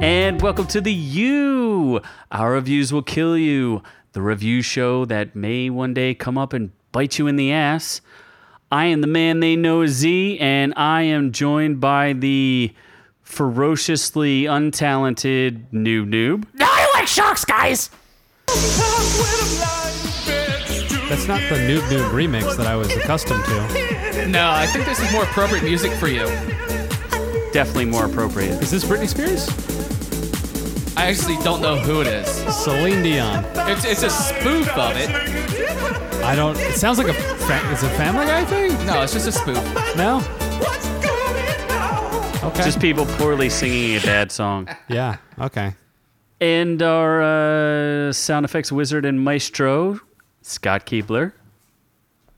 and welcome to the U. Our reviews will kill you, the review show that may one day come up and bite you in the ass. I am the man they know as Z, and I am joined by the ferociously untalented noob noob. No, I like sharks, guys. That's not the Noob Noob remix that I was accustomed to. No, I think this is more appropriate music for you. Definitely more appropriate. Is this Britney Spears? I actually don't know who it is. Celine Dion. It's, it's a spoof of it. I don't. It sounds like a. Fa- it's a Family Guy thing. No, it's just a spoof. No. Okay. Just people poorly singing a bad song. yeah. Okay. And our uh, sound effects wizard and maestro, Scott Keebler.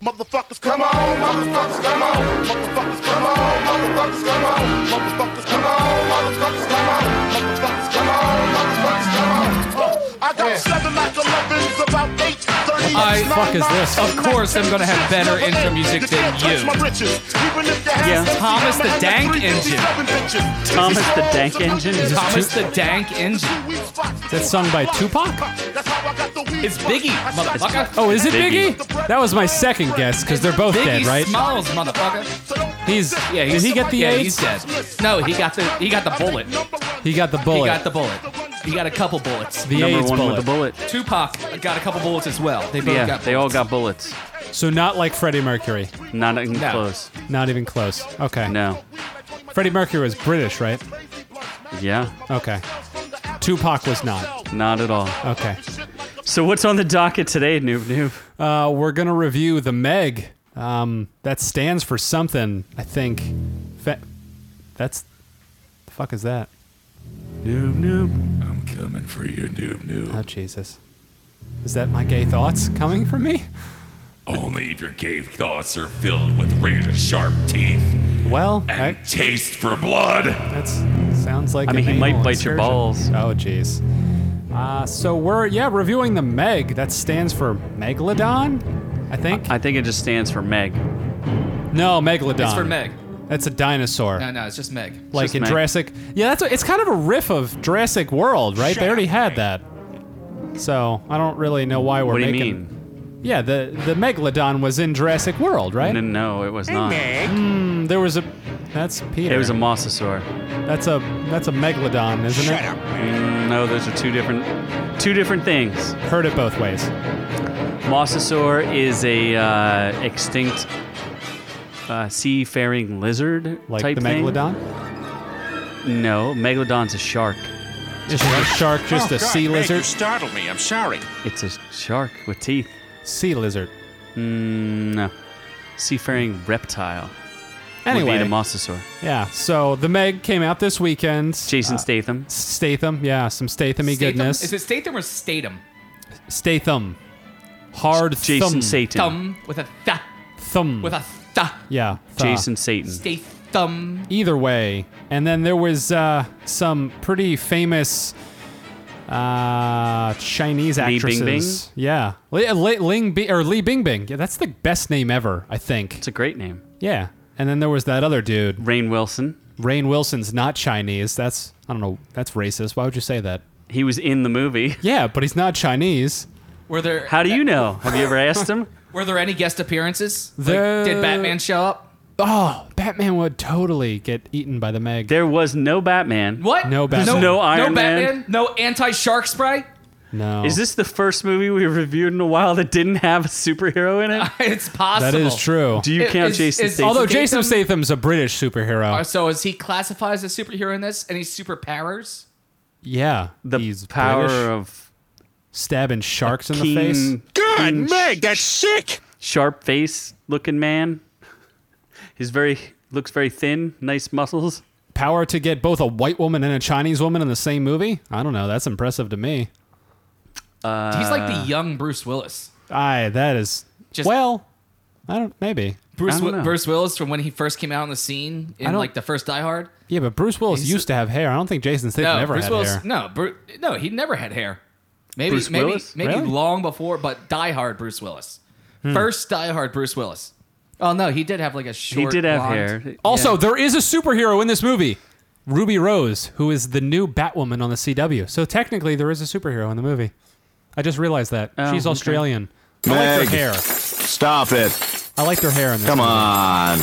Motherfuckers, come on, motherfuckers, come on, motherfuckers, come on, motherfuckers, come on, motherfuckers, come on, motherfuckers, come on, motherfuckers, come on, motherfuckers, come on. Oh, I got seven like elevens, about eight, thirty. I- nine, fuck is nine, this? nine, Of course I'm gonna have better seven, intro eight. music You can't than you. touch my britches. Even if you had Yeah. 60 Thomas the hammer and Dank 357 bitches. Thomas the These Dank hoes are Engine? fucking Is this Thomas too- the Dank Engine. That's sung by Tupac? That's how I got the weed It's Biggie, spots. I shot motherfucker. Oh, is it Biggie. Biggie? That was my second guess because they're both Biggie dead, right? Smalls, motherfucker. so don't- He's. Yeah, Did he get the yeah, AIDS? he's dead. No, he got the he got the bullet. He got the bullet. He got the bullet. He got a couple bullets. The Number AIDS one bullet. with the bullet. Tupac got a couple bullets as well. They both Yeah, got. they all bullets. got bullets. So not like Freddie Mercury. Not even No. close. Not even close. Okay. No. Freddie Mercury was British, right? Yeah, Okay. Tupac was not. not at all. Okay. So what's on the docket today, Noob Noob? Uh, we're gonna review the Meg. Um, that stands for something, I think. Fe- that's the fuck is that? Noob Noob. I'm coming for you, noob noob. Oh Jesus! Is that my gay thoughts coming from me? Only if your gay thoughts are filled with razor sharp teeth Well, and I, taste for blood. that's sounds like. I mean, an he might anal bite your excursion. balls. Oh jeez. Uh, so we're yeah reviewing the Meg. That stands for Megalodon, I think. I think it just stands for Meg. no, Megalodon. It's for Meg. That's a dinosaur. No, no, it's just Meg. like just in Meg. Jurassic. Yeah, that's a, it's kind of a riff of Jurassic World, right? They already had that. So I don't really know why we're What do you making. mean? Yeah, the the megalodon was in Jurassic World, right? No, no, it was not. Mm, there was a. That's Peter. It was a mosasaur. That's a that's a megalodon, isn't it? Mm, No, those are two different, two different things. Heard it both ways. Mosasaur is a uh, extinct uh, seafaring lizard Like type the thing. megalodon. No, megalodon's a shark. Is a shark just Oh, a sea lizard? startled me. I'm sorry. It's a shark with teeth. Sea lizard. Mm, no, seafaring reptile. Anyway, would be the mosasaur. yeah. So the Meg came out this weekend. Uh, Jason Statham. Statham, yeah, some Statham-y Statham- goodness. Is it Statham or Statham? Statham, hard Jason thumb. Satan. Thumb with a th. thumb. With a th. Yeah. tha. Jason Satan. Statham. Either way. And then there was uh, some pretty famous uh, Chinese Li actresses. Bingbing? Yeah. Li, Li, Ling Bi, or Li Bingbing. Yeah, that's the best name ever, I think. it's a great name. Yeah. And then there was that other dude. Rain Wilson. Rain Wilson's not Chinese. That's, I don't know, that's racist. Why would you say that? He was in the movie. Yeah, but he's not Chinese. Were there How do you know? Have you ever asked him? were there any guest appearances? Like, The- did Batman show up? Oh, Batman would totally get eaten by the Meg. There was no Batman. What? No Batman. No Iron Man. Batman. No anti-shark spray. no. Is this the first movie we reviewed in a while that didn't have a superhero in it? It's possible. That is true. Do you It- count it's- Jason it's- Statham? Although Statham- Jason Statham's a British superhero. Uh, So is he classified as a superhero in this? Any superpowers? Yeah, the he's power British, of stabbing sharks in the keen, face. God, Meg, that's sick. sharp face looking man. He's very looks very thin, nice muscles. Power to get both a white woman and a Chinese woman in the same movie. I don't know. That's impressive to me. He's like Uh, the young Bruce Willis. I that is Just- well. I don't maybe. Bruce, I don't Wi- know. Bruce Willis from when he first came out on the scene in don't- like the first Die Hard. Yeah, but Bruce Willis He's- used to have hair. I don't think Jason Statham No, ever Bruce had Willis. hair. No, Bru- no, he never had hair. Maybe Bruce maybe Willis? maybe Really? long before, but Die Hard Bruce Willis. Hmm. First Die Hard Bruce Willis. Oh no, he did have like a short. he did have blonde- hair. Also, there is a superhero in this movie. Ruby Rose, who is the new Batwoman on the CW. So technically, there is a superhero in the movie. I just realized that Oh, she's okay. Australian. I like Meg, her hair. stop it. I like her hair in this. Come on.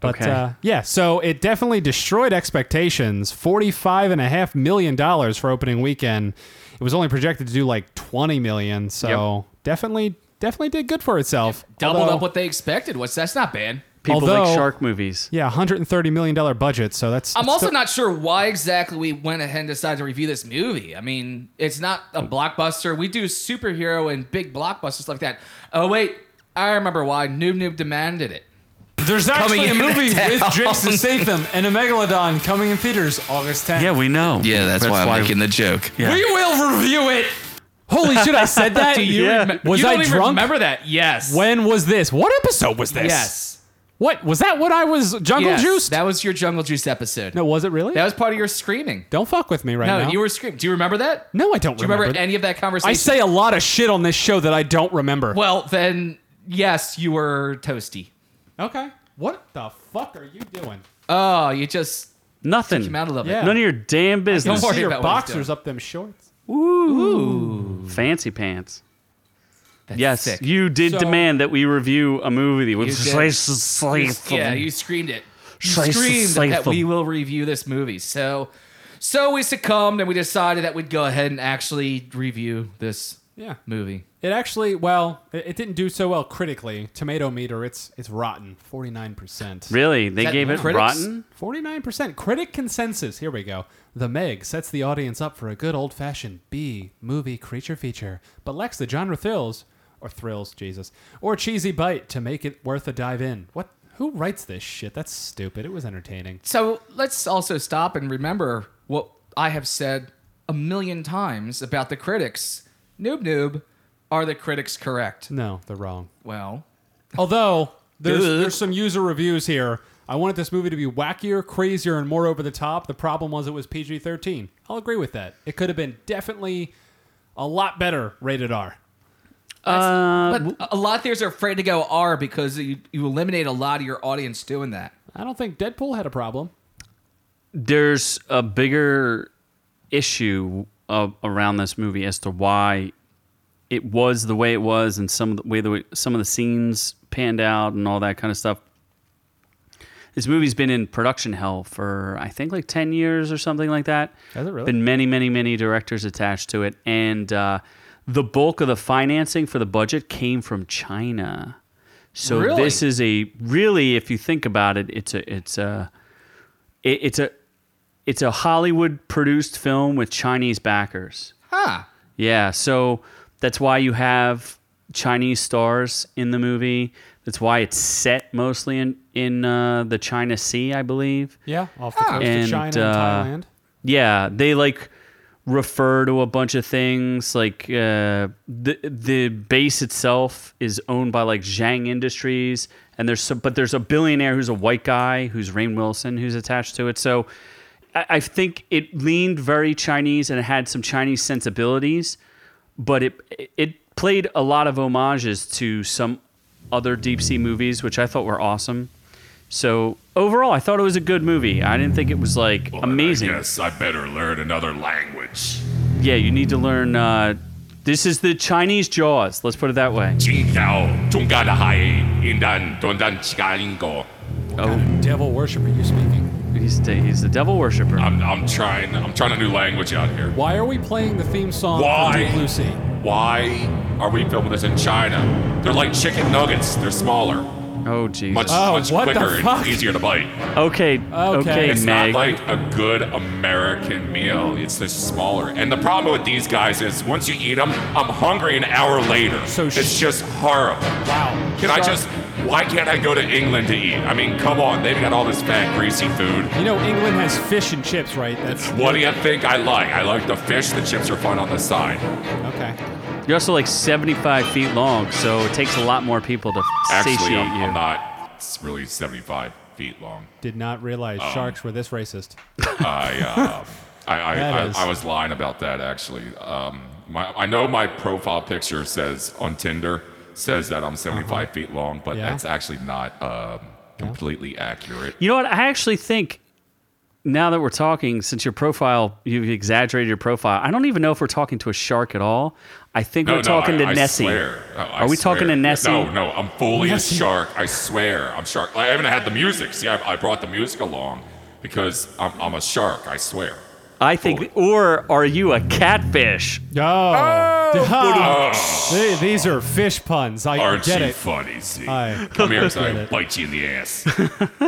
But Okay. uh, yeah, so it definitely destroyed expectations. $45.5 million for opening weekend. It was only projected to do like 20 million. So definitely, definitely did good for itself. Doubled Although- up what they expected. What's that's not bad. People Although- like shark movies. Yeah, $130 million budget. So that's. I'm that's also still- not sure why exactly we went ahead and decided to review this movie. I mean, it's not a blockbuster. We do superhero and big blockbuster stuff like that. Oh wait, I remember why Noob Noob demanded it. There's actually a in movie the with town. Jason Statham and a megalodon coming in theaters August 10th. Yeah, we know. Yeah, that's, why I'm making the joke. Yeah. We will review it. Holy shit, I said that? Do you Yeah. remem- Was you I don't even drunk? remember that? Yes. When was this? What episode was this? Yes. What? Was that when I was Jungle Yes. Juiced? That was your Jungle Juice episode. no, was it really? That was part of your screaming. Don't fuck with me right No, now. you were screaming. Do you remember that? no, I don't Do you remember, that. any of that conversation? I say a lot of shit on this show that I don't remember. Well, then yes, you were toasty. Okay. What the fuck are you doing? Oh, you just Nothing. came out of it. Yeah. None of your damn business. Don't worry See your about what he's boxers doing. up them shorts. Fancy pants. That's Yes, sick. you did So- demand that we review a movie with You did. slice of slice Yeah, of- you screamed it. You Slice of screamed slice that we of- will review this movie. So, so we succumbed and we decided that we'd go ahead and actually review this Yeah. movie. It actually, well, it, it didn't do so well critically. Tomato meter, it's it's rotten, forty nine percent. Really? They that gave it critics? rotten? Forty nine percent critic consensus. Here we go. The Meg sets the audience up for a good old fashioned B movie creature feature, but lacks the genre thrills or thrills, Jesus, or cheesy bite to make it worth a dive in. What? Who writes this shit? That's stupid. It was entertaining. So let's also stop and remember what I have said a million times about the critics. Noob noob, are the critics correct? No, they're wrong. Well, Although there's there's some user reviews here. I wanted this movie to be wackier, crazier, and more over the top. The problem was it was PG thirteen. I'll agree with that. It could have been definitely a lot better rated R. Uh, but a lot of theaters are afraid to go R because you, you eliminate a lot of your audience doing that. I don't think Deadpool had a problem. There's a bigger issue uh, around this movie as to why it was the way it was and some of the way the way, some of the scenes panned out and all that kind of stuff. This movie's been in production hell for I think like ten years or something like that. Has it really? Been many, many, many directors attached to it, and uh, the bulk of the financing for the budget came from China. So Really? this is a really, if you think about it, it's a it's a it, it's a it's a Hollywood produced film with Chinese backers. Huh. Yeah, so that's why you have Chinese stars in the movie. That's why it's set mostly in in uh, the China Sea, I believe. Yeah, off the coast And, of China uh, and Thailand. Yeah, they like refer to a bunch of things like uh, the the base itself is owned by like Zhang Industries, and there's some, but there's a billionaire who's a white guy who's Rain Wilson who's attached to it. So I, I think it leaned very Chinese and it had some Chinese sensibilities, but it it played a lot of homages to some other deep sea movies, which I thought were awesome. So overall, I thought it was a good movie. I didn't think it was like Well, then amazing. I guess I better learn another language. Yeah, you need to learn. Uh, this is the Chinese Jaws. Let's put it that way. Qingdao, Zhonggadahai, Indan, Dondan, Chigalingo. Devil worshiper, you speaking? Oh, He's the, he's the devil worshiper. I'm, I'm trying. I'm trying a new language out here. Why are we playing the theme song Why? from Deep Blue Sea? Why are we filming this in China? They're like chicken nuggets. They're smaller, oh much Jesus. Oh, much what the quicker fuck? and easier to bite. okay, okay, It's Meg. not like a good American meal. It's just smaller. And the problem with these guys is once you eat them, I'm hungry an hour later. So sh- it's just horrible. Wow. Can I just? Why can't I go to England to eat? I mean, come on. They've got all this fat, greasy food. You know England has fish and chips, right? That's What do you think I like? I like the fish. The chips are fun on the side. okay. You're also like 75 feet long, so it takes a lot more people to Actually, satiate I'm, you. I'm not. It's really 75 feet long. Did not realize Oh. sharks were this racist. I, uh, I, I, That I, is- I was lying about that actually. Um, my, I know my profile picture says on Tinder says that I'm 75 feet long, but Yeah. that's actually not um, completely accurate. You know what? I actually think now that we're talking, since your profile, you've exaggerated your profile. I don't even know if we're talking to a shark at all. I think we're talking to I Nessie. swear. No, I Are we swear. talking to Nessie? No, no, I'm fully a shark. I swear, I'm shark. I haven't had the music. See, I, I brought the music along because I'm, I'm a shark. I swear. I think, or are you a catfish? Oh, Ha. Oh, They- these are fish puns. I aren't get you it. funny, Z? I Come here, so I get it. bite you in the ass.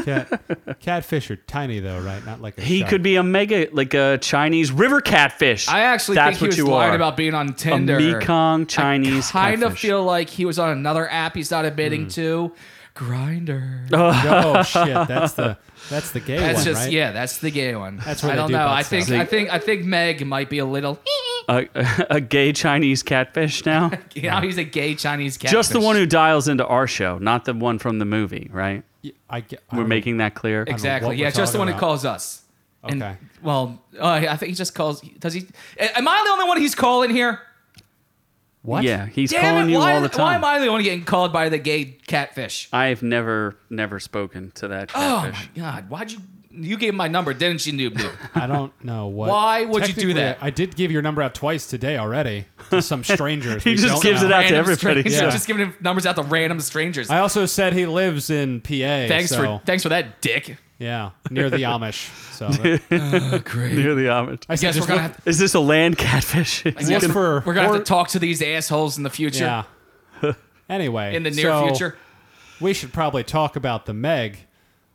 Cat, catfish are tiny though, right? Not like a He shark. could be a mega, like a Chinese river catfish. I actually That's think what he was you lying are. about being on a Tinder. Mekong Chinese kind of catfish. Hmm. feel like he was on another app he's not admitting to. Grinder. Oh shit, that's the that's the gay that's one, just right? yeah, that's the gay one. That's where I they don't do know. butt I think stuff. I think I think Meg might be a little a, a gay Chinese catfish now. you know, he's a gay Chinese cat. Just the one who dials into our show, not the one from the movie, right? I get, I We're don't- making that clear. what Exactly. we're Yeah, just talking the one who about. calls us. And, Okay. well, uh, I think he just calls. Does he? Am I the only one he's calling here? what? Yeah, he's Damn calling it! you why, all the why time. am I the one getting called by the gay catfish? I've never, never spoken to that Oh catfish. my god! Why'd you? You gave him my number, didn't you, Noob Noob? I don't know what. Why would you do Technically, that? I did give your number out twice today already to some strangers. he we just don't gives know. it out to Random everybody. strangers. Yeah. Just giving him numbers out to random strangers. I also said he lives in PA. thanks so, for thanks for that, Dick. yeah, near the Amish. So that- Near the Amish. I said, Guess we're just gonna look, have to, Is this a land catfish? Is look it gonna- for we're gonna have or- to talk to these assholes in the future. Yeah. Anyway, In the near so future. we should probably talk about the Meg.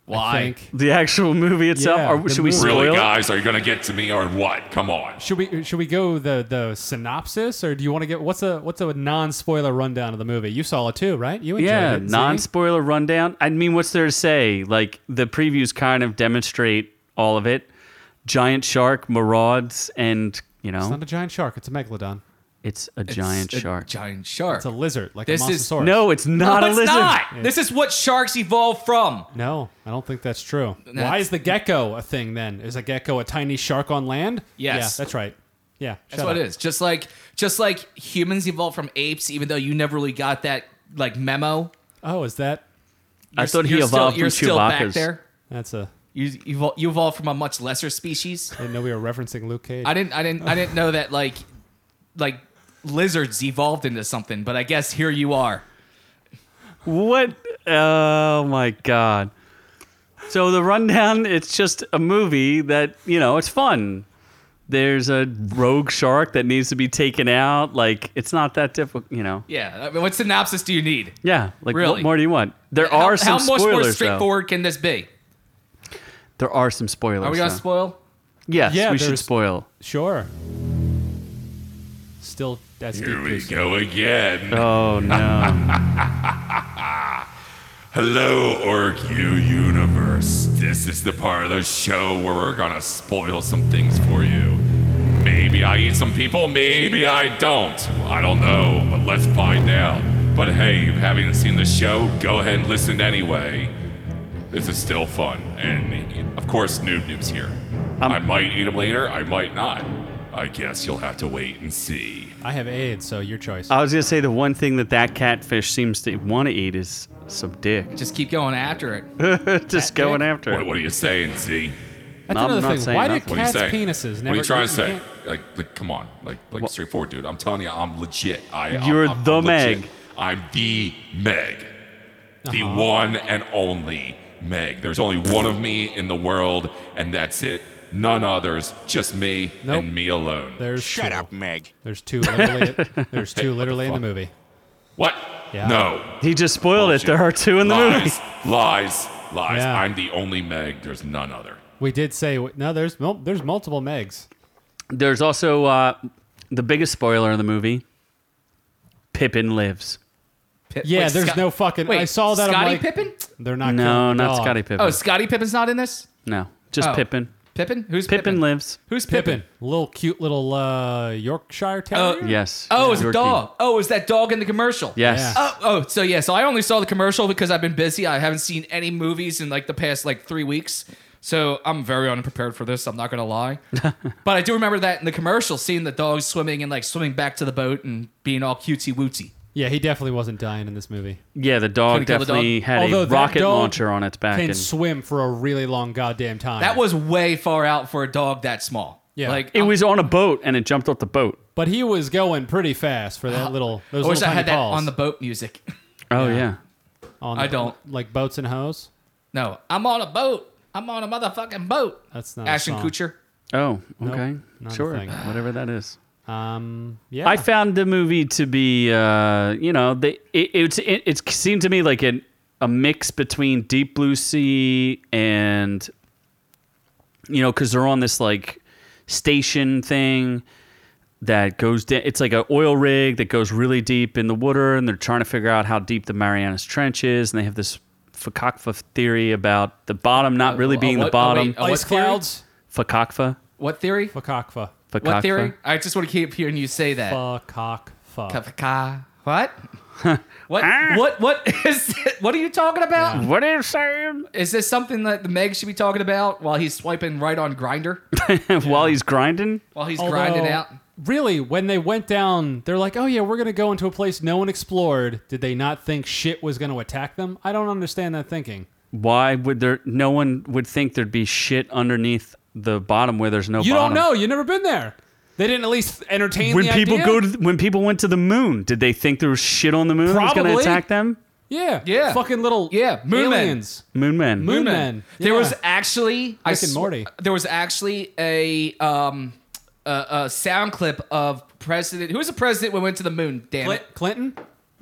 Why? I think. the actual movie itself? Yeah, or the should we movie. spoil really, it? guys? Are you gonna get to me or what? Come on. Should we should we go the the synopsis or do you want to get what's a what's a non spoiler rundown of the movie? You saw it too, right? You enjoyed Yeah, it. see? non spoiler rundown. I mean, what's there to say? Like, the previews kind of demonstrate all of it. Giant shark marauds, and, you It's know, not a giant shark. It's a megalodon. it's a giant It's a shark. uh, giant shark. It's a lizard, like This a is- mosasaurus. no, it's not no, a it's lizard. not. This is what sharks evolve from. No, I don't think that's true. Why That's- is the gecko a thing then? Is a gecko a tiny shark on land? Yes. Yeah, that's right. Yeah, That's what it is. Just like just like humans evolved from apes, even though you never really got that like memo. Oh, is that I thought he You're still- evolved you're from still back Chewbacca's. there. that's a? You evol- you evolved from a much lesser species. I didn't know we were referencing Luke Cage. I didn't I didn't I didn't know that like like lizards evolved into something, but I guess here you are. What? Oh my god! So the rundown. It's just a movie that you know. It's fun. There's a rogue shark that needs to be taken out. Like it's not that difficult, you know. Yeah. I mean, what synopsis do you need? Yeah. Like Really? what more do you want? There How- are some how much more spoilers though. straightforward can this be? There are some spoilers. Are we gonna though. spoil? Yes, Yeah, we should there's- spoil. sure. Still, that's deep Here we goose. go again. Oh no! Hello, OrQ Universe. This is the part of the show where we're gonna spoil some things for you. Maybe I eat some people, maybe I don't. I don't know, but let's find out. But hey, if you haven't seen the show, go ahead and listen anyway. This is still fun. And of course, Noob Noob's here. I might eat him later, I might not. I guess you'll have to wait and see. I have AIDS, so your choice. I was gonna say the one thing that that catfish seems to want to eat is some dick. Just keep going after it. Just going after What, it. what are you saying, Z? that's I'm another not thing. saying Why nothing. do What are you cats' saying? penises never? What are you trying to say? can't- Like, like, come on, like, like straightforward, dude. I'm telling you, I'm legit. I, I'm- You're I'm, I'm the legit. Meg. I'm the Meg, the Uh-huh. one and only Meg. There's only one of me in the world, and that's it. None others, just me Nope. and me alone. There's Shut two. up, Meg. There's two literally. there's two literally in the movie. What? Yeah. No. He just spoiled it. Bullshit. There are two in the movie. lies, Lies, lies. Yeah. I'm the only Meg. There's none other. We did say no. There's mul- there's multiple Megs. There's also uh, the biggest spoiler in the movie. Pippin lives. Pip- Yeah, wait, there's Scott- no fucking. Wait, I saw that. Scotty I'm like, Pippen? They're not. No, killing the not dog. Scottie Pippen. Oh, Scotty Pippen's not in this? no, just Oh. Pippin. Pippin? Who's Pippin, Pippin? lives. Who's Pippin? Pippin, little cute little uh, Yorkshire Terrier. Yes. Oh, it's Yorkie. a dog. Oh, is that dog in the commercial? Yes. Yeah. Oh, oh, so yeah, so I only saw the commercial because I've been busy. I haven't seen any movies in like the past like three weeks. So I'm very unprepared for this, I'm not gonna lie. but I do remember that in the commercial, seeing the dog swimming and like swimming back to the boat and being all cutesy wootsy. Yeah, he definitely wasn't dying in this movie. Yeah, the dog Couldn't kill the dog. definitely had Although a that rocket dog launcher on its back. Can and swim for a really long goddamn time. That was way far out for a dog that small. Yeah. Like It was on a boat and it jumped off the boat. but he was going pretty fast for that little. Those I wish little I tiny had that paws. on the boat music. Oh, yeah. On I don't. like boats and hoes. No, I'm on a boat. I'm on a motherfucking boat. That's not a Ashton song. Kutcher. Oh, okay. not a sure. thing. Whatever that is. Um, yeah, I found the movie to be, uh, you know, they, it, it's it, it seemed to me like an, a mix between Deep Blue Sea and, you know, because they're on this like station thing that goes down. It's like an oil rig that goes really deep in the water, and they're trying to figure out how deep the Marianas Trench is, and they have this fakakfa theory about the bottom not really Uh, being what- the oh, bottom. wait, uh, ice what theory? clouds. Fakakfa. What theory? Fakakfa. What Fakakfa. theory? I just want to keep hearing you say that. Fakakfa. Kafka. What? what? Ah. What? What is? it? What are you talking about? What is Sam? Is this something that the Meg should be talking about while he's swiping right on Grinder? While he's grinding? While he's Although, grinding out? Really, when they went down, they're like, "Oh yeah, we're gonna go into a place no one explored." Did they not think shit was gonna attack them? I don't understand that thinking. why would there no one would think there'd be shit underneath the bottom where there's no You bottom. don't know. You've never been there. They didn't at least entertain when the people idea? go to when people went to the moon did they think there was shit on the moon that was going to Probably. attack them yeah, Yeah. fucking little Yeah, moon men. aliens, moon men moon, Moon men. There Yeah. was actually I Rick and sw- Morty. There was actually a um a, a sound clip of president. Who was the president when we went to the moon? Damn Cl- it! Clinton.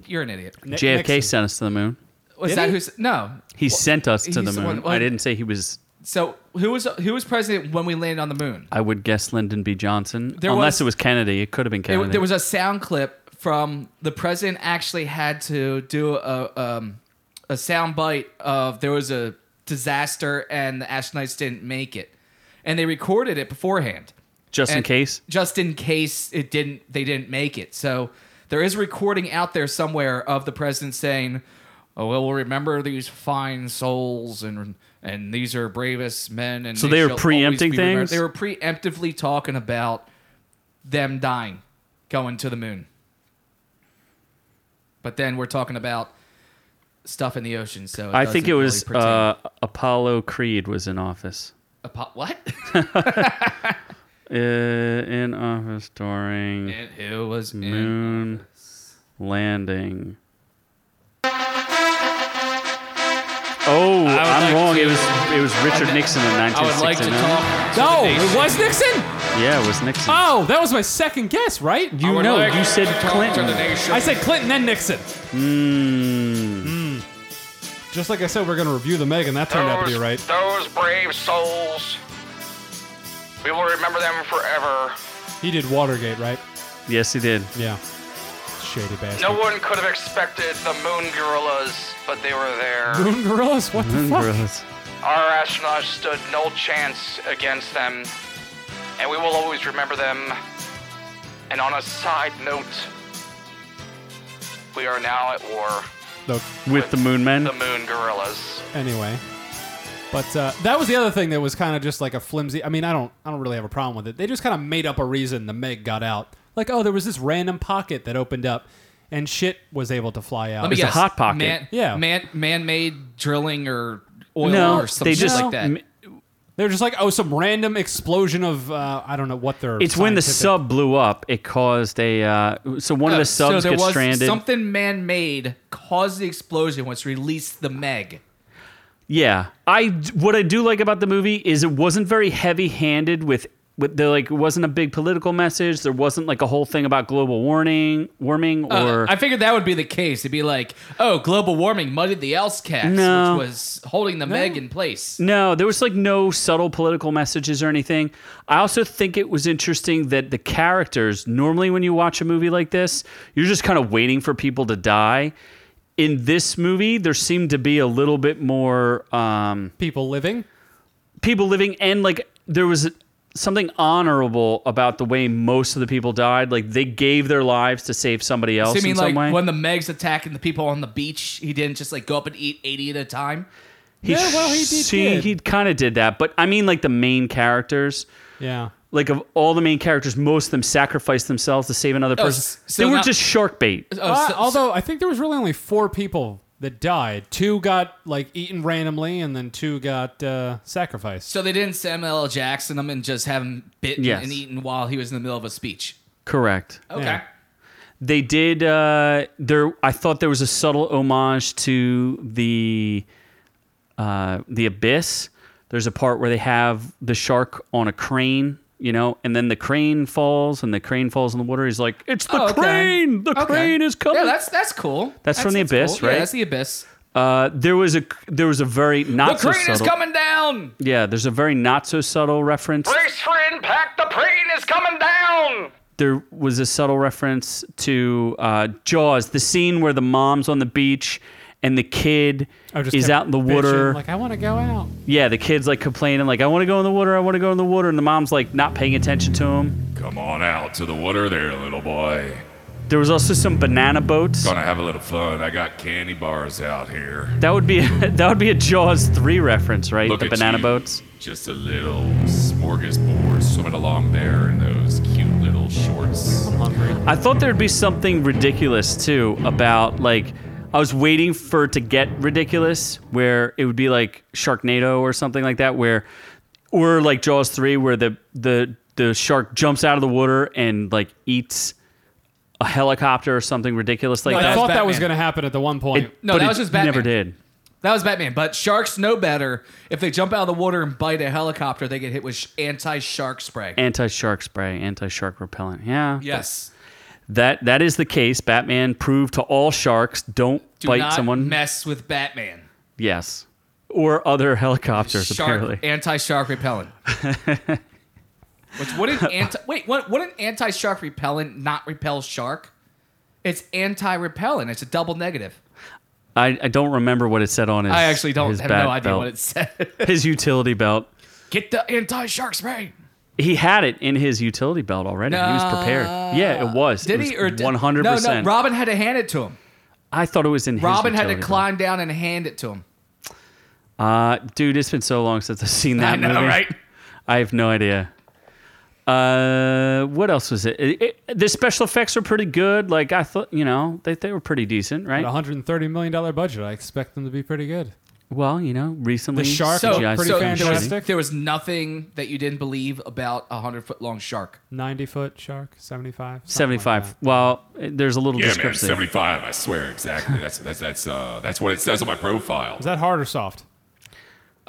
You're an idiot. Ni- jfk Nixon. sent us to the moon Was Did that he? who's no? he sent us to the he's the moon one- i didn't say he was So who was who was president when we landed on the moon? i would guess lyndon b johnson There unless was- it was kennedy it could have been There- kennedy there was a sound clip from the president actually had to do a um, a sound bite of there was a disaster and the astronauts didn't make it, and they recorded it beforehand just in And- case just in case it didn't they didn't make it. So there is a recording out there somewhere of the president saying, "Oh well, we'll remember these fine souls and." And these are bravest men, and So they were shall always preempting be remembered." things? They were preemptively talking about them dying, going to the moon. But then we're talking about stuff in the ocean. So it i think doesn't it was really pertain. uh, apollo creed was in office Apo- what? uh, in office during and who was in? moon landing. Oh, I'm like wrong. to- it was it was Richard I'm- Nixon in I would like to 1969. talk. to No, the nation. it was Nixon. Yeah, it was Nixon. Oh, that was my second guess, right? you would know, like Oh, you said to talk to the Clinton. nation. I said Clinton and Nixon. Mm, Just like I said, we're gonna review the Meg, and that turned out to be right. Those brave souls. We will remember them forever. He did Watergate, right? yes, he did. Yeah. Shady bastard. No one could have expected the moon gorillas, but they were Ah. there. Moon gorillas. What the Moon fuck? gorillas. Our astronauts stood no chance against them, and we will always remember them. And on a side note, we are now at war Look, With the Moon Men. the moon gorillas. anyway. But uh, that was the other thing that was kind of just like a flimsy. I mean, I don't, I don't really have a problem with it. They just kind of made up a reason the Meg got out. Like, oh, there was this random pocket that opened up, and shit was able to fly out. Let me a guess. hot pocket. Man, Yeah. Man, man-made drilling or oil No, or some they shit just like that. m- They're just like, oh, some random explosion of, uh, I don't know what they're. It's when the sub blew up. It caused a uh, so one of Oh, the subs so there gets was stranded. Something man-made caused the explosion once released the Meg. Yeah, I what I do like about the movie is it wasn't very heavy-handed with with the like it wasn't a big political message. There wasn't like a whole thing about global warning, warming, Uh, or I figured that would be the case. It'd be like, oh, global warming muddied the else cats, No. which was holding the Meg in place. no. There was like no subtle political messages or anything. I also think it was interesting that the characters normally when you watch a movie like this, you're just kind of waiting for people to die. In this movie, there seemed to be a little bit more. Um, people living. people living and like there was something honorable about the way most of the people died like they gave their lives to save somebody else So you mean in some like way when the Meg's attacking the people on the beach, he didn't just like go up and eat eighty at a time? he, Yeah, well, he did- she- did. he kind of did that but i mean like the main characters Yeah. like of all the main characters, most of them sacrificed themselves to save another person. Oh, s- so they were not- just shark bait. Oh, Uh, so- although I think there was really only four people that died. Two got like eaten randomly, and then two got uh, sacrificed. so they didn't Samuel L. Jackson him and just have him bitten Yes. and eaten while he was in the middle of a speech. Correct. Okay. Yeah. They did. Uh, there, I thought there was a subtle homage to the uh, the abyss. There's a part where they have the shark on a crane, you know, and then the crane falls, and the crane falls in the water. He's like, "It's the Oh, okay. crane! The Okay. crane is coming!" Yeah, that's that's cool. That's from the Abyss, cool. Yeah, right? that's the abyss. uh, there was a there was a very The not so crane subtle. is coming down. Yeah, there's a very not so subtle reference. Brace for impact. The plane is coming down. there was a subtle reference to uh, Jaws, the scene where the mom's on the beach and the kid I Oh, just is kept out in the water. bitching, Like I want to go out. yeah, the kid's like complaining, like, I want to go in the water, I want to go in the water. And the mom's like not paying attention to him. Come on out to the water there, little boy. There was also some banana boats. Gonna have a little fun. I got candy bars out here. That would be that would be a Jaws 3 reference, right? Look the at banana you. boats. Just a little smorgasbord swimming along there in those cute little shorts. I thought there'd be something ridiculous too about like I was waiting for it to get ridiculous where it would be like Sharknado or something like that where or like Jaws 3 where the the the shark jumps out of the water and like eats a helicopter or something ridiculous like No, that. I was thought that was Batman. going to happen at the one point. No, but that it was just Batman. never did. That was Batman. But sharks know better. If they jump out of the water and bite a helicopter, they get hit with sh- anti-shark spray. Anti-shark spray, anti-shark repellent. Yeah. yes. That that is the case. Batman proved to all sharks don't Do bite not someone. mess with Batman. yes. Or other helicopters Shark apparently. anti-shark repellent. Which wouldn't anti wait what wouldn't anti-shark repellent not repel shark? It's anti-repellent. It's a double negative. I, I don't remember what it said on his. I actually don't his have bat no idea belt. what it said. His utility belt. Get the anti-shark spray. He had it in his utility belt already. he was prepared. Yeah, it was. Did he or did- one hundred No, percent? no. Robin had to hand it to him. I thought it was in. Robin his had to utility climb down and hand it to him. belt. Uh, dude, it's been so long since I've seen that I know, movie. right? I have no idea. Uh, what else was it? It- it- The special effects were pretty good. Like I thought, you know, they they were pretty decent, At a right? hundred and thirty million dollar budget, I expect them to be pretty good. Well, you know, recently shark So, CGI was pretty so started there, was, fantastic. there was nothing that you didn't believe about a hundred foot long shark. Ninety foot shark, seventy five. Seventy-five. Well, eh, there's a little Yeah, man, discrepancy. 75. I swear, exactly. That's that's that's uh that's what it says on my profile. Is that hard or soft?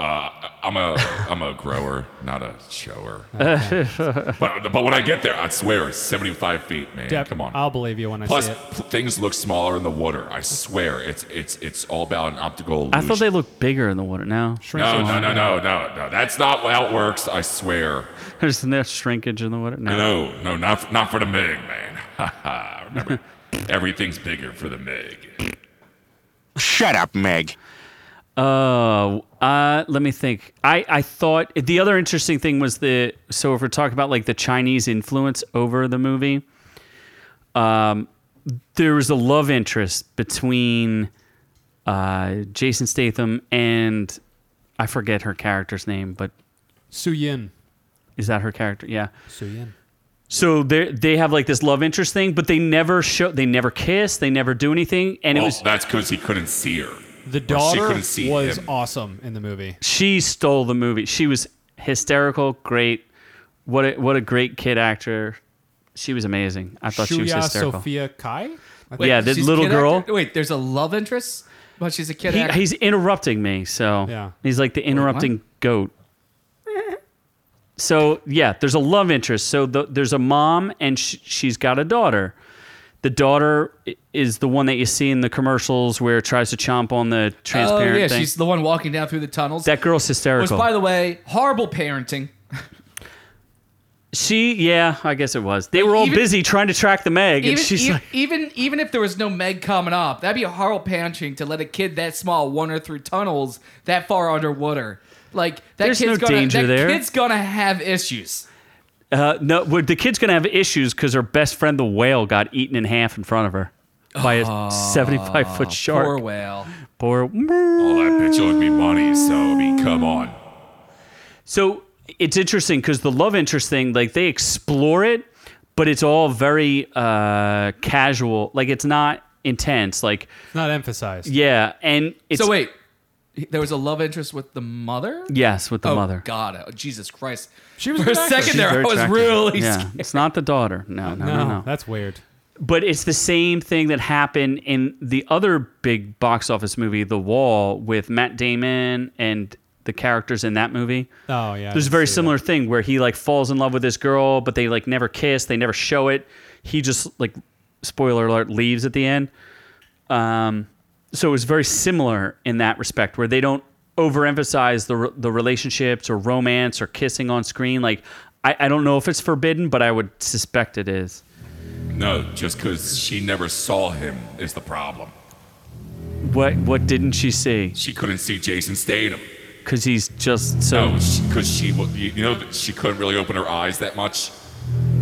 I'm a I'm a grower, not a shower. but but when I get there, I swear, it's 75 feet, man. Yep, Come on. I'll believe you when I Plus, see it. p- things look smaller in the water. I swear, it's it's it's all about an optical. I thought they illusion. looked bigger in the water. Now No, no, no, no, no, no. That's not how it works. I swear. There's no shrinkage in the water. No. No, no, not f- not for the Meg, man. Ha, ha. Remember, everything's bigger for the Meg. Shut up, Meg. Oh, uh, let me think. I, I thought the other interesting thing was the so if we're talking about like the Chinese influence over the movie, um, there was a love interest between uh, Jason Statham and I forget her character's name, but Su Yin. is that her character? Yeah. Su Yin. So they they have like this love interest thing, but they never show, they never kiss, they never do anything, and Well, it was Oh, that's because he couldn't see her. The Well, she daughter couldn't see was him. awesome in the movie. she stole the movie. She was hysterical, great. What a, what a great kid actor. She was amazing. I thought she was Shuya hysterical. Sophia Kai. I think- Yeah, this she's a little kid girl- actor? Wait, there's a love interest, but she's a kid He, actor. he's interrupting me, so Yeah. he's like the interrupting goat. So yeah, there's a love interest. So the, there's a mom and sh- she's got a daughter. The daughter i- is the one that you see in the commercials where it tries to chomp on the oh transparent yeah, thing. she's the one walking down through the tunnels. that girl's which, hysterical. by the way, horrible parenting. she, yeah, I guess it was. They were all even- busy trying to track the Meg, and Even, she's e- like, even even if there was no Meg coming up, that'd be a horrible parenting to let a kid that small wander through tunnels that far underwater. Like that There's kid's no gonna danger that there. kid's gonna have issues. Uh, no, well, the kid's gonna have issues because her best friend, the whale, got eaten in half in front of her by a seventy-five foot shark. Ah, Poor whale. Poor- Well, I bet you will be money, so I mean, come on. So it's interesting because the love interest thing, like they explore it, but it's all very uh, casual. Like it's not intense. Like Not emphasized. yeah, and it's So wait, there was a love interest with the mother. yes with the oh, mother. God, oh, Jesus Christ! She was For a good actress. second She's there, very I was attractive. really yeah. scared. It's not the daughter. No, no, no, no. no, that's weird. But it's the same thing that happened in the other big box office movie, The Wall, with Matt Damon and the characters in that movie. Oh yeah. I There's a didn't very see similar thing where he like falls in love with this girl, but they like never kiss, they never show it. He just like spoiler alert leaves at the end. Um, so it was very similar in that respect where they don't overemphasize the re- the relationships or romance or kissing on screen. Like I, I don't know if it's forbidden, but I would suspect it is. No, just because she never saw him is the problem. What what didn't she see? She couldn't see Jason Statham. Because he's just so. No, because she, wa- you you know, that she couldn't really open her eyes that much.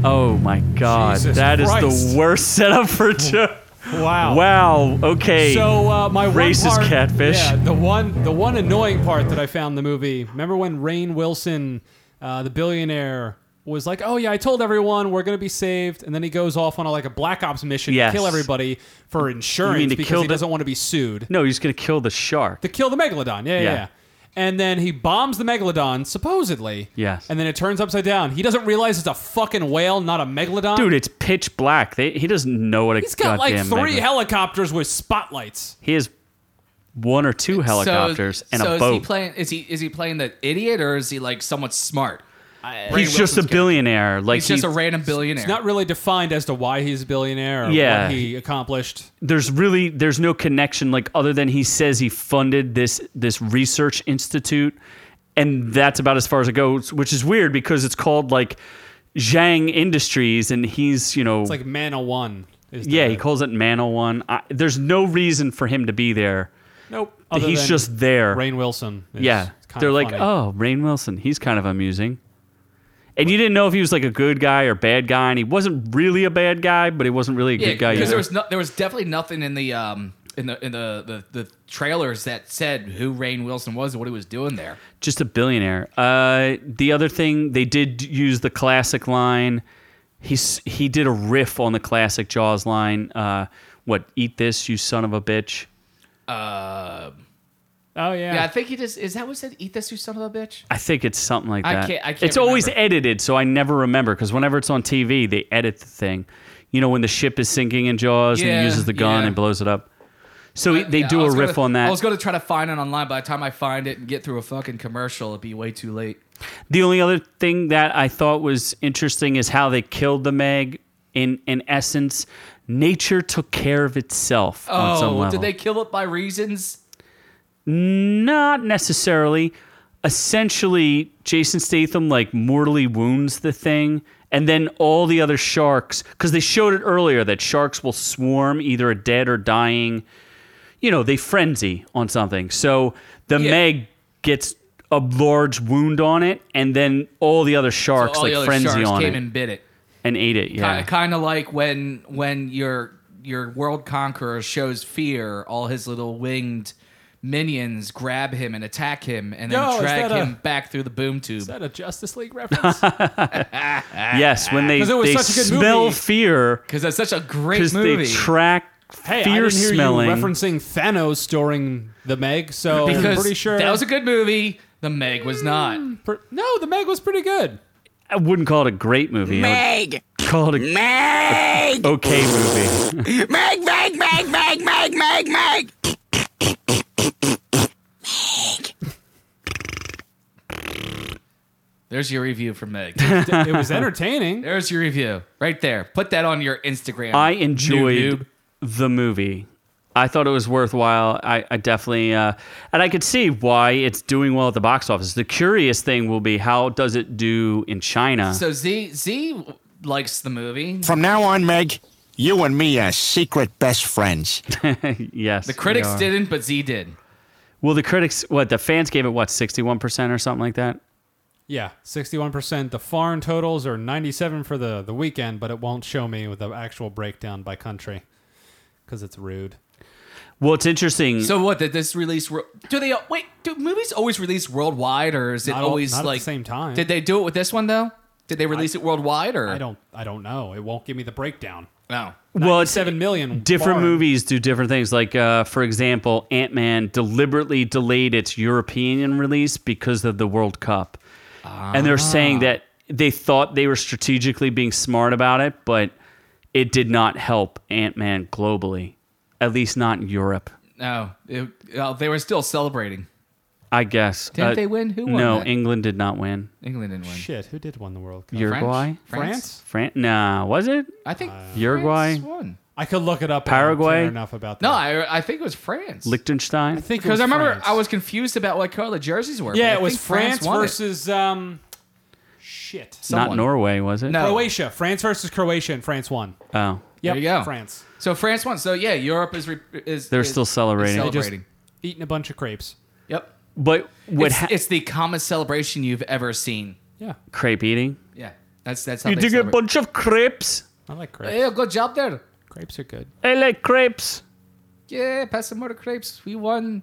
Oh my God, Jesus that is Christ. the worst setup for Joe. that. Wow. Wow. Okay. So uh, my Racist one part, catfish. Yeah, the one the one annoying part that I found in the movie. Remember when Rain Wilson, uh, the billionaire, was like, "Oh yeah, I told everyone we're gonna be saved," and then he goes off on a, like a black ops mission Yes. to kill everybody for insurance to because kill he the- doesn't want to be sued no, he's gonna kill the shark. to kill the megalodon. Yeah, yeah. Yeah. yeah. And then he bombs the megalodon, supposedly. Yes. And then it turns upside down. He doesn't realize it's a fucking whale, not a megalodon. Dude, it's pitch black. They, he doesn't know what a he's got like goddamn three mega- helicopters with spotlights. He has one or two helicopters so, and so a Is boat. he playing? Is he is he playing the idiot or is he like somewhat smart? Rainn he's just a Wilson's character. billionaire. Like He's just a random billionaire. It's not really defined as to why he's a billionaire or Yeah. what he accomplished. there's really there's no connection like other than he says he funded this this research institute and that's about as far as it goes which is weird because it's called like Zhang Industries and he's you know It's like Mana One. Is the- yeah he calls it Mano One I, there's no reason for him to be there nope. other he's than just there Rainn Wilson. is yeah kinda they're like funny. oh Rain Wilson he's kind of amusing and you didn't know if he was like a good guy or bad guy and he wasn't really a bad guy but he wasn't really a Yeah, good guy because either. there was no, there was definitely nothing in the um in the in the, the the trailers that said who Rain Wilson was and what he was doing there. just a billionaire. Uh, the other thing they did use the classic line. He's he did a riff on the classic Jaws line. Uh, what eat this, you son of a bitch? oh yeah. Yeah, I think he just is that what said? Eat this, you son of a bitch. I think it's something like I that. can't- I can't it's always remember. edited, so I never remember because whenever it's on TV, they edit the thing. You know when the ship is sinking in Jaws and Yeah, he uses the gun yeah. and blows it up. So he- they Yeah, do I a was riff gonna- on I that. was gonna try to find it online. By the time I find it and get through a fucking commercial, it'd be way too late. The only other thing that I thought was interesting is how they killed the Meg. In in essence, nature took care of itself. on some Oh, level. did they kill it by reasons? Not necessarily. Essentially, Jason Statham like mortally wounds the thing, and then all the other sharks, because they showed it earlier that sharks will swarm either a dead or dying. You know, they frenzy on something. So the Yeah. Meg gets a large wound on it, and then all the other sharks All like the other frenzy sharks on came it and, and bit it. ate it. Yeah, Kind of like when when your your world conqueror shows fear, all his little winged minions grab him and attack him, and then Yo, is drag that a- him back through the boom tube. is that a Justice League reference? Because yes. When they 'Cause it was they such a good smell movie. fear Because that's such a great because movie. they track hey, I fear didn't hear smelling. you referencing Thanos during the Meg, so I'm because pretty sure Mm. that was a good movie. The Meg was not. per- no, the Meg was pretty good. I wouldn't call it a great movie. I Meg! would call it a Meg! okay movie. Meg, Meg, Meg, Meg, Meg, Meg, Meg! There's your review for Meg. It was entertaining. There's your review right there. Put that on your Instagram. I new noob. enjoyed the movie. I thought it was worthwhile. I, I definitely, uh, and I could see why it's doing well at the box office. The curious thing will be how does it do in China? So Z Z likes the movie. From now on, Meg, you and me are secret best friends. yes, The critics did. didn't, but Z did. Well, the critics, what the fans gave it, what sixty-one percent or something like that. Yeah, sixty-one percent. The foreign totals are ninety-seven for the the weekend, but it won't show me with the actual breakdown by country because it's rude. Well, it's interesting. So what? Did this release? Ro- do they wait? do movies always release worldwide, or is it Not all- always not at the like same time. Did they do it with this one though? Did they release it worldwide, or I don't. I don't know. It won't give me the breakdown. know? Well, it's Seven million different foreign. movies do different things. Like, uh, for example, Ant Man deliberately delayed its European release because of the World Cup. And they're Ah. saying that they thought they were strategically being smart about it, but it did not help Ant Man globally, at least not in Europe, No, It- well, they were still celebrating. I guess. Uh, Didn't they win? Who won No, that? England did not win. England didn't win. Shit, who did win the World Cup? French? Uruguay? France? Fran- Nah, was it? I think Uh, Uruguay? France won. I could look it up. but I Paraguay? don't care enough about that. No, I, I think it was France. Liechtenstein? I think because I remember France. I was confused about what color the jerseys were. Yeah, but it I was think France, won it. versus um, shit. not someone. Norway, was it? No. Croatia. France versus Croatia, and France won. Oh. Yep, Oh. you go. France So France won. So yeah, Europe is re- is They're is- still is celebrating. They just- celebrating. eating a bunch of crepes. Yep. But what it's, ha- it's the calmest celebration you've ever seen. Yeah, crepe eating? Yeah, that's that's how You they dig a celebrate. bunch of crepes? I like crepes. Yeah, good job there. Crepes are good. I like crepes. Yeah, pass some more crepes. We won.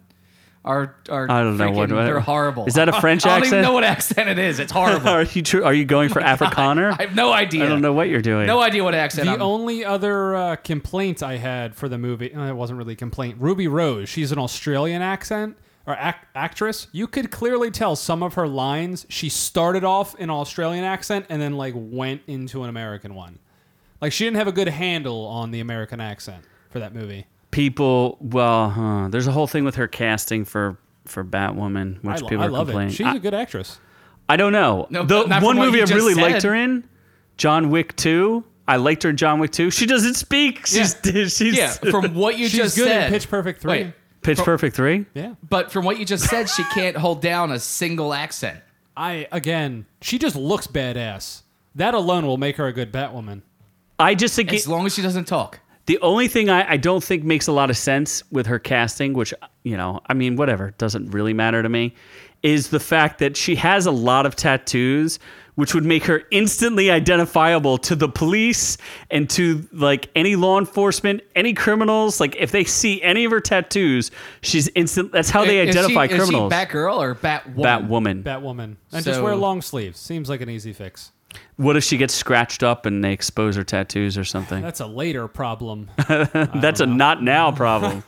Our our I don't know what- freaking- what- they're horrible. Is that a French I don't even accent? know what accent it is. It's horrible. Are you tr- are you going for Afrikaner? I have no idea. I don't know what you're doing. No idea what accent. The I'm, only other uh, complaint I had for the movie, uh, it wasn't really a complaint. Ruby Rose, she's an Australian accent or ac- actress. You could clearly tell some of her lines. She started off in Australian accent and then like went into an American one. Like she didn't have a good handle on the American accent for that movie. People, well, huh, there's a whole thing with her casting for for Batwoman, which I, lo- people I are love complaining. it. She's a I, good actress. I don't know. No, the not from one what movie you I just really said. liked her in, John Wick 2. I liked her in John Wick 2. She doesn't speak. She's she's yeah, from what you She's just good said. in Pitch Perfect Three. Wait, Pitch Perfect 3. Yeah. but from what you just said, she can't hold down a single accent. I again, she just looks badass. That alone will make her a good Batwoman. I just think As it, long as she doesn't talk. the only thing I, I don't think makes a lot of sense with her casting, which you know, I mean, whatever, doesn't really matter to me, is the fact that she has a lot of tattoos, which would make her instantly identifiable to the police and to like any law enforcement, any criminals. Like if they see any of her tattoos, she's instant. That's how Oh, they Is- is identify she, criminals. Is she Batgirl or Batwoman? Batwoman. Batwoman. And just So- wear long sleeves. Seems like an easy fix. what if she gets scratched up and they expose her tattoos or something? That's a later problem. That's a not now problem.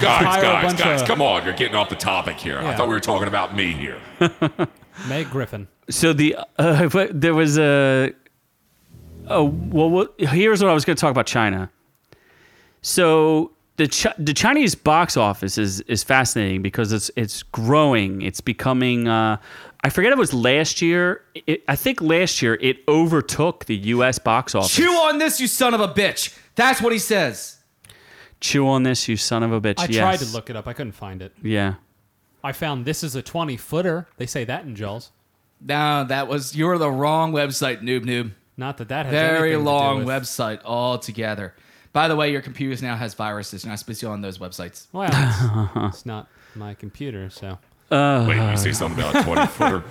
Guys, Fire a guys, bunch guys, of- come on. You're getting off the topic here. I Yeah. thought we were talking about me here. Meg Griffin. So the uh, what- there was a oh well, well here's what I was going to talk about China. So the Chi the Chinese box office is is fascinating because it's it's growing. It's becoming uh, I forget it was last year. It, I think last year it overtook the U.S. box office. Chew on this, you son of a bitch. That's what he says. Chew on this, you son of a bitch. I yes. tried to look it up. I couldn't find it. Yeah. I found this is a 20 footer. They say that in Jaws. No, that was you were the wrong website, noob noob. Not that that has anything Very to do long with- website altogether. By the way, your computers now has viruses. You're not supposed to be on those websites. Well, it's, it's not my computer, so. Wait, you say something about 20 footer?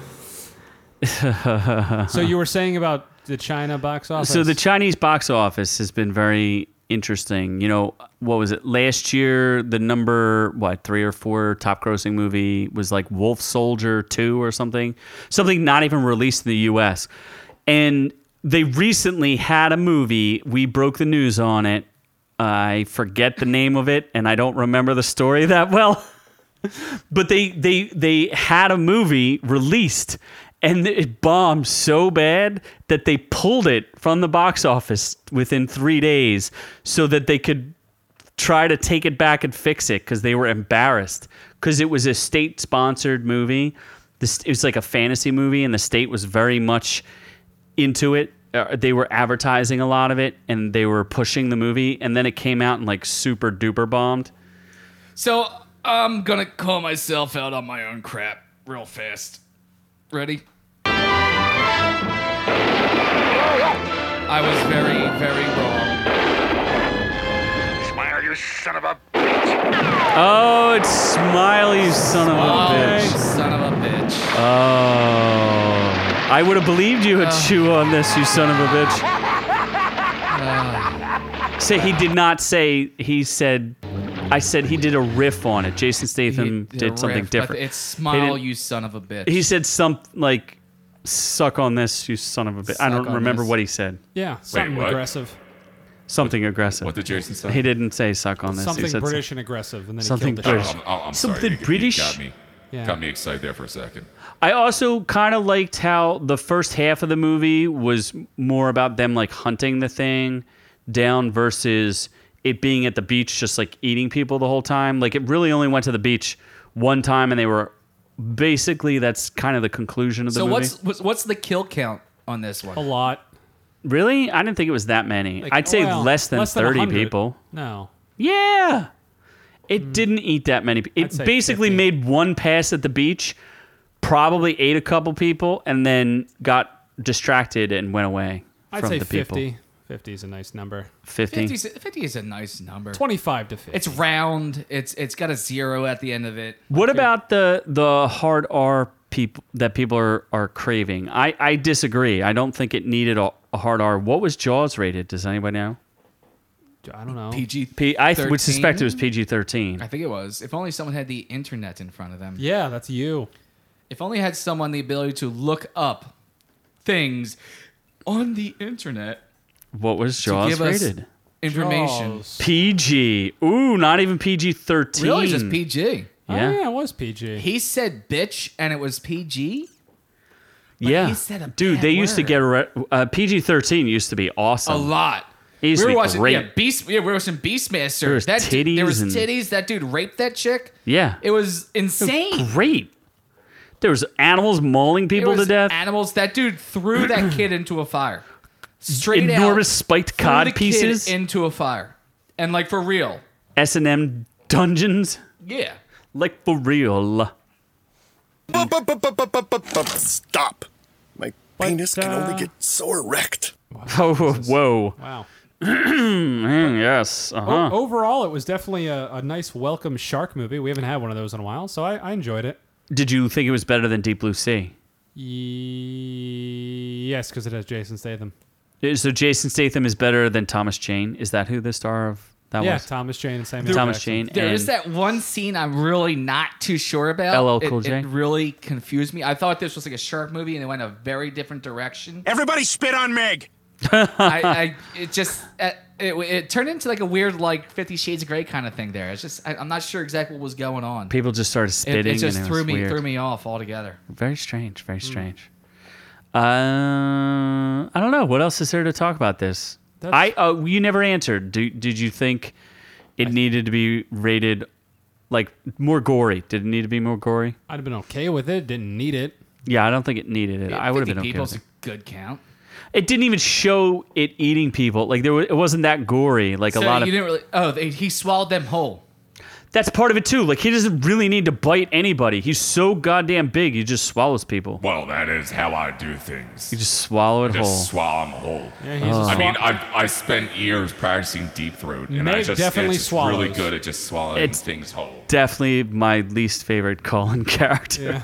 So you were saying about the China box office? So the Chinese box office has been very interesting. You know, what was it last year? The number what three or four top grossing movie was like Wolf Soldier Two or something, something not even released in the U.S. And they recently had a movie. We broke the news on it. I forget the name of it, and I don't remember the story that well but they they they had a movie released and it bombed so bad that they pulled it from the box office within three days so that they could try to take it back and fix it because they were embarrassed because it was a state sponsored movie this it was like a fantasy movie and the state was very much into it uh, they were advertising a lot of it and they were pushing the movie and then it came out and like super duper bombed So I'm gonna call myself out on my own crap real fast. Ready? I was very, very wrong. Smile, you son of a. Oh, it's Smiley, son of a Oh, bitch. son of a bitch. Oh. I would have believed you had Oh. chew on this, you son of a Ah. bitch. Say he did not say, he said I said he did a riff on it. Jason Statham He- did a something riff, but different. It's smile, He did- you son of a bitch. He said some like suck on this, you son of a bitch. I Suck don't on remember this. what he said. Yeah, something what? aggressive. Something aggressive. What did Jason say? he didn't say suck on this. he Something said some- British and aggressive, and then Something he killed the British. shot. Oh, I'm, oh, I'm Something sorry. You- you British? Got me. Yeah. Got me excited there for a second. I also kind of liked how the first half of the movie was more about them like hunting the thing down versus it being at the beach, just like eating people the whole time. Like it really only went to the beach one time, and they were basically that's kind of the conclusion of the so movie. what's, what's what's the kill count on this one? A lot. really? I didn't think it was that many. Like, I'd say well, less than thirty 100. people. No. Yeah. Hmm. It didn't eat that many. pe- It say basically 50. made one pass at the beach, probably ate a couple people, and then got distracted and went away I'd from say the 50. people. 50 is a nice number. 50. 50, is- 50 is a nice number. 25 to 50. It's round. It's it's got a zero at the end of it. What about the the hard R people that people are, are craving? I, I disagree. I don't think it needed a, a hard R. What was Jaws rated? Does anybody know? I don't know. PG. P, I th- would suspect it was 13? PG 13. I think it was. If only someone had the internet in front of them. Yeah, that's you. If only had someone the ability to look up things on the internet. What was Jaws give us rated? Information. PG. Ooh, not even PG 13. Really, just PG. Yeah. Oh, yeah, it was PG. He said bitch and it was PG. yeah, he said a dude, bad they used to word. get re- uh, PG thirteen used to be A awesome. lot. Um, He used we to were be watching great. yeah, Beast yeah, we were watching Beastmaster. There was that dude- there titties was and- titties, that dude raped that chick. yeah, It was insane. great. There was animals mauling It people to was death. Animals. That dude threw that kid into a fire. Straight Enormous out, spiked threw the cod kid pieces. into a fire, and like for real. S and M dungeons, Yeah. like for real. Stop. My penis can only get so erect. Oh, whoa. Wow. Mm, yes. Uh huh. Overall, it was definitely a, a nice welcome shark movie. We haven't had one of those in a while, so I, I enjoyed it. Did you think it was better than Deep Blue Sea? Ye- yes, because it has Jason Statham. Uh, So Jason Statham is better than Thomas Jane. Is that who the star of that Yeah, was? Thomas Jane and Samuel. Thomas Jackson. Jane. There and is that one scene I'm really not too sure about. LL It- Cool it, J. really confused me. I thought this was like a shark movie, and it went a very different direction. Everybody spit on Meg. I, I it just uh, it, it turned into like a weird like Fifty Shades of Grey kind of thing. There, it's just I, I'm not sure exactly what was going on. People just started It, spitting. it just and it threw was me weird. threw me off altogether. Very strange. Very Hmm. strange. Uh, I don't know. What else is there to talk about this? I That's- uh, you never answered. Do, did you think it needed to be rated like more gory? Did it need to be more gory? I'd have been okay with it. Didn't need it. Yeah, I don't think it needed it. I would have 50 been okay. People's With it. a good count. it didn't even show it eating people. Like there, was, it wasn't that gory. Like So a lot you of didn't really. Oh, they, he swallowed them whole. that's part of it too. Like he doesn't really need to bite anybody. He's so goddamn big. He just swallows people. Well, that is how I do things. You just swallow it whole. Just swallow 'em whole. Yeah, he's a I swab- mean, I I spent years practicing deep throat, and I Meg just definitely it's just really swallows. good at just swallowing It's- things whole. Definitely my least favorite Colin character. yeah.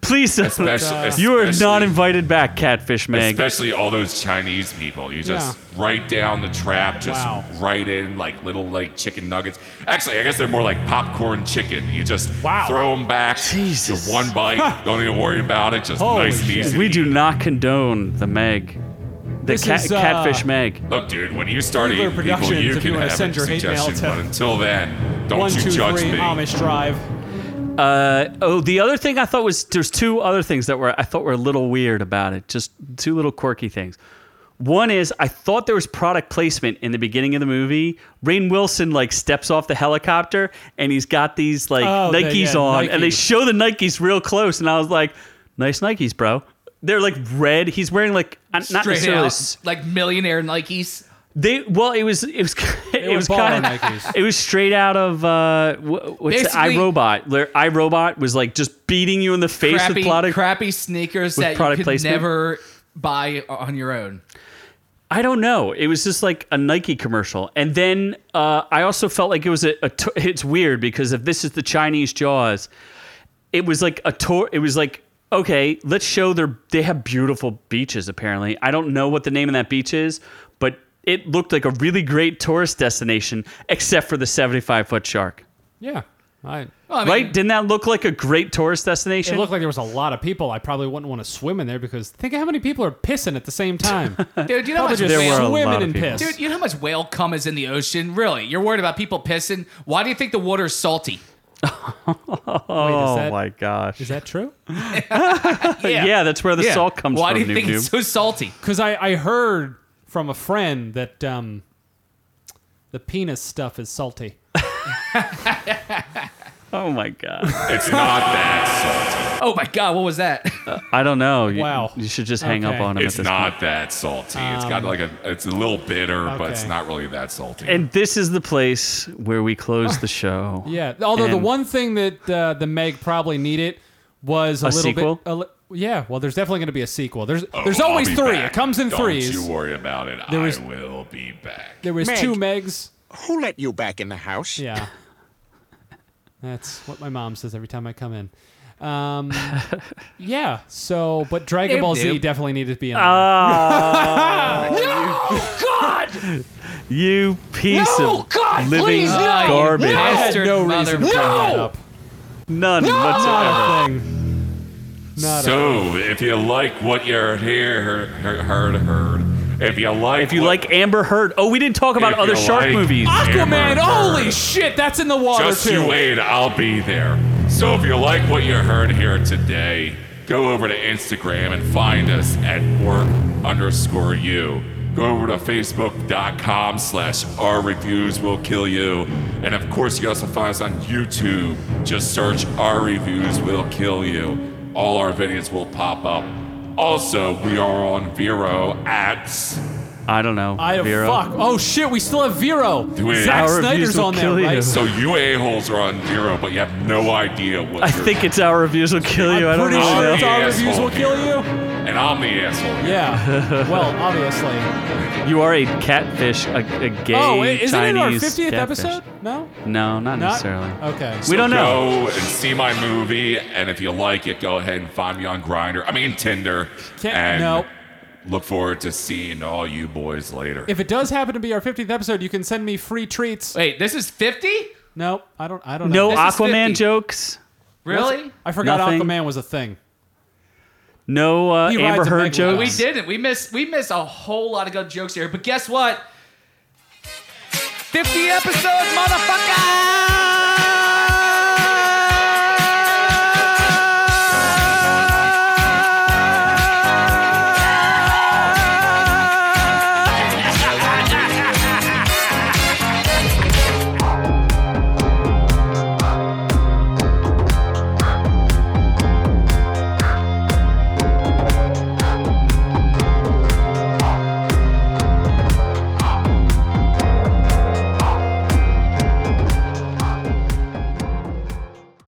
Please, Oh Especially- you are not especially- invited back, Catfish Meg. Especially all those Chinese people. You just right down the trap, just Wow. right in like little like chicken nuggets. Actually, I guess they're more like popcorn chicken. You just Wow. throw them back. Jesus. just One bite. don't even worry about it. Just Holy nice and shit. easy. We do not condone the Meg, the This cat, is, uh, Catfish Meg. Look, dude, when you start Nuclear eating people, Productions, you if you can wanna have send a your hate mail suggestion. to- But until then, don't One, you two, judge three, me. Amish Drive. Uh, oh, the other thing I thought was there's two other things that were I thought were a little weird about it. Just two little quirky things. One is I thought there was product placement in the beginning of the movie. Rain Wilson like steps off the helicopter and he's got these like Oh, they- Nikes yeah, on, and they Nikes. show the Nikes real close, and I was like, "Nice Nikes, bro." They're like red. He's wearing like uh, not Straight necessarily. out, s- like millionaire Nikes. They well, it was it was it were was baller kind Nikes. of it was straight out of uh, wh- what's it, Basically- iRobot. Where iRobot was like just beating you in the face Crappy, with product. crappy sneakers that product you could placement? never buy on your own. I don't know. It was just like a Nike commercial, and then uh, I also felt like it was a, a to- it's weird because if this is the Chinese Jaws, it was like a tour. It was like okay, let's show their they have beautiful beaches. Apparently, I don't know what the name of that beach is, but. it looked like a really great tourist destination, except for the 75 foot shark. Yeah. I, Well, I mean, Right? Didn't that look like a great tourist it destination? looked like there was a lot of people. I probably wouldn't want to swim in there because think of how many people are pissing at the same time. dude, you know Probably how much just There were a whale, lot of swimming in people. piss. dude, you know how much whale cum is in the ocean? Really? You're worried about people pissing? Why do you think the water's salty? Wait, oh is that, my gosh. is that true? yeah. that's where the Yeah. salt comes Why from. do you Noob think Noob. it's so salty? Because I, I heard from a friend that um, the penis stuff is salty. oh my god. It's not that Oh my god, what was that? I don't know. You, Wow. You should just hang up Okay. on him salty. at It's this not point. that salty. It's got like a. It's a little bitter, but it's Um, okay. not really that salty. And this is the place where we close the show. Yeah. Although the And- one thing that uh, the Meg probably needed was a, little sequel? bit. A li- yeah. Well, there's definitely going to be a sequel. There's Oh, there's I'll always be three. back. It comes in Don't threes. you worry about it. There was- I will be back. There was Meg. two Megs. Who let you back in the house? Yeah. That's what my mom says every time I come in. Um, yeah. So, but Dragon Nope, Ball Z nope. definitely needed to be in there. You piece of living garbage. I had no reason Bring that up. None whatsoever. Not a thing. Not a- So, if you like what you're here, heard, heard, heard. If you like, If you what- like Amber Heard, oh, we didn't talk about If other you shark like movies. Aquaman, Amber holy Heard. shit, that's in the water Just too. you wait, I'll be there. So if you like what you heard here today, go over to Instagram and find us at work underscore you. Go over to facebook.com slash our reviews will kill you. And of course, you can also find us on YouTube. Just search our reviews will kill you. All our videos will pop up. Also, we are on Vero at I don't know. I Vera. fuck. Oh shit, we still have Vero. it. Zack Our reviews Snyder's will on there, kill you. right? So you a-holes are on Vero, but you have no idea what I you're think it's our reviews will kill you. I I'm don't pretty really sure know. it's all Yes, reviews will okay. kill you. And I'm the asshole. Yeah. well, obviously. You are a catfish, a, a gay Oh, wait, isn't it our Chinese 50th catfish. episode? No? No, not, Not? necessarily. Okay. We don't know. Go and see my movie, and if you like it, go ahead and find me on Grinder. I mean Tinder. Can't- and no. Look forward to seeing all you boys later. If it does happen to be our 50th episode, you can send me free treats. Wait, this is 50? No, I don't I don't No know. This is Aquaman 50. jokes. Really? I forgot Nothing. Aquaman was a thing. No uh, He rides Amber a Heard big jokes. one. We didn't. We missed we missed a whole lot of good jokes here. But guess what? 50 episodes, motherfucker!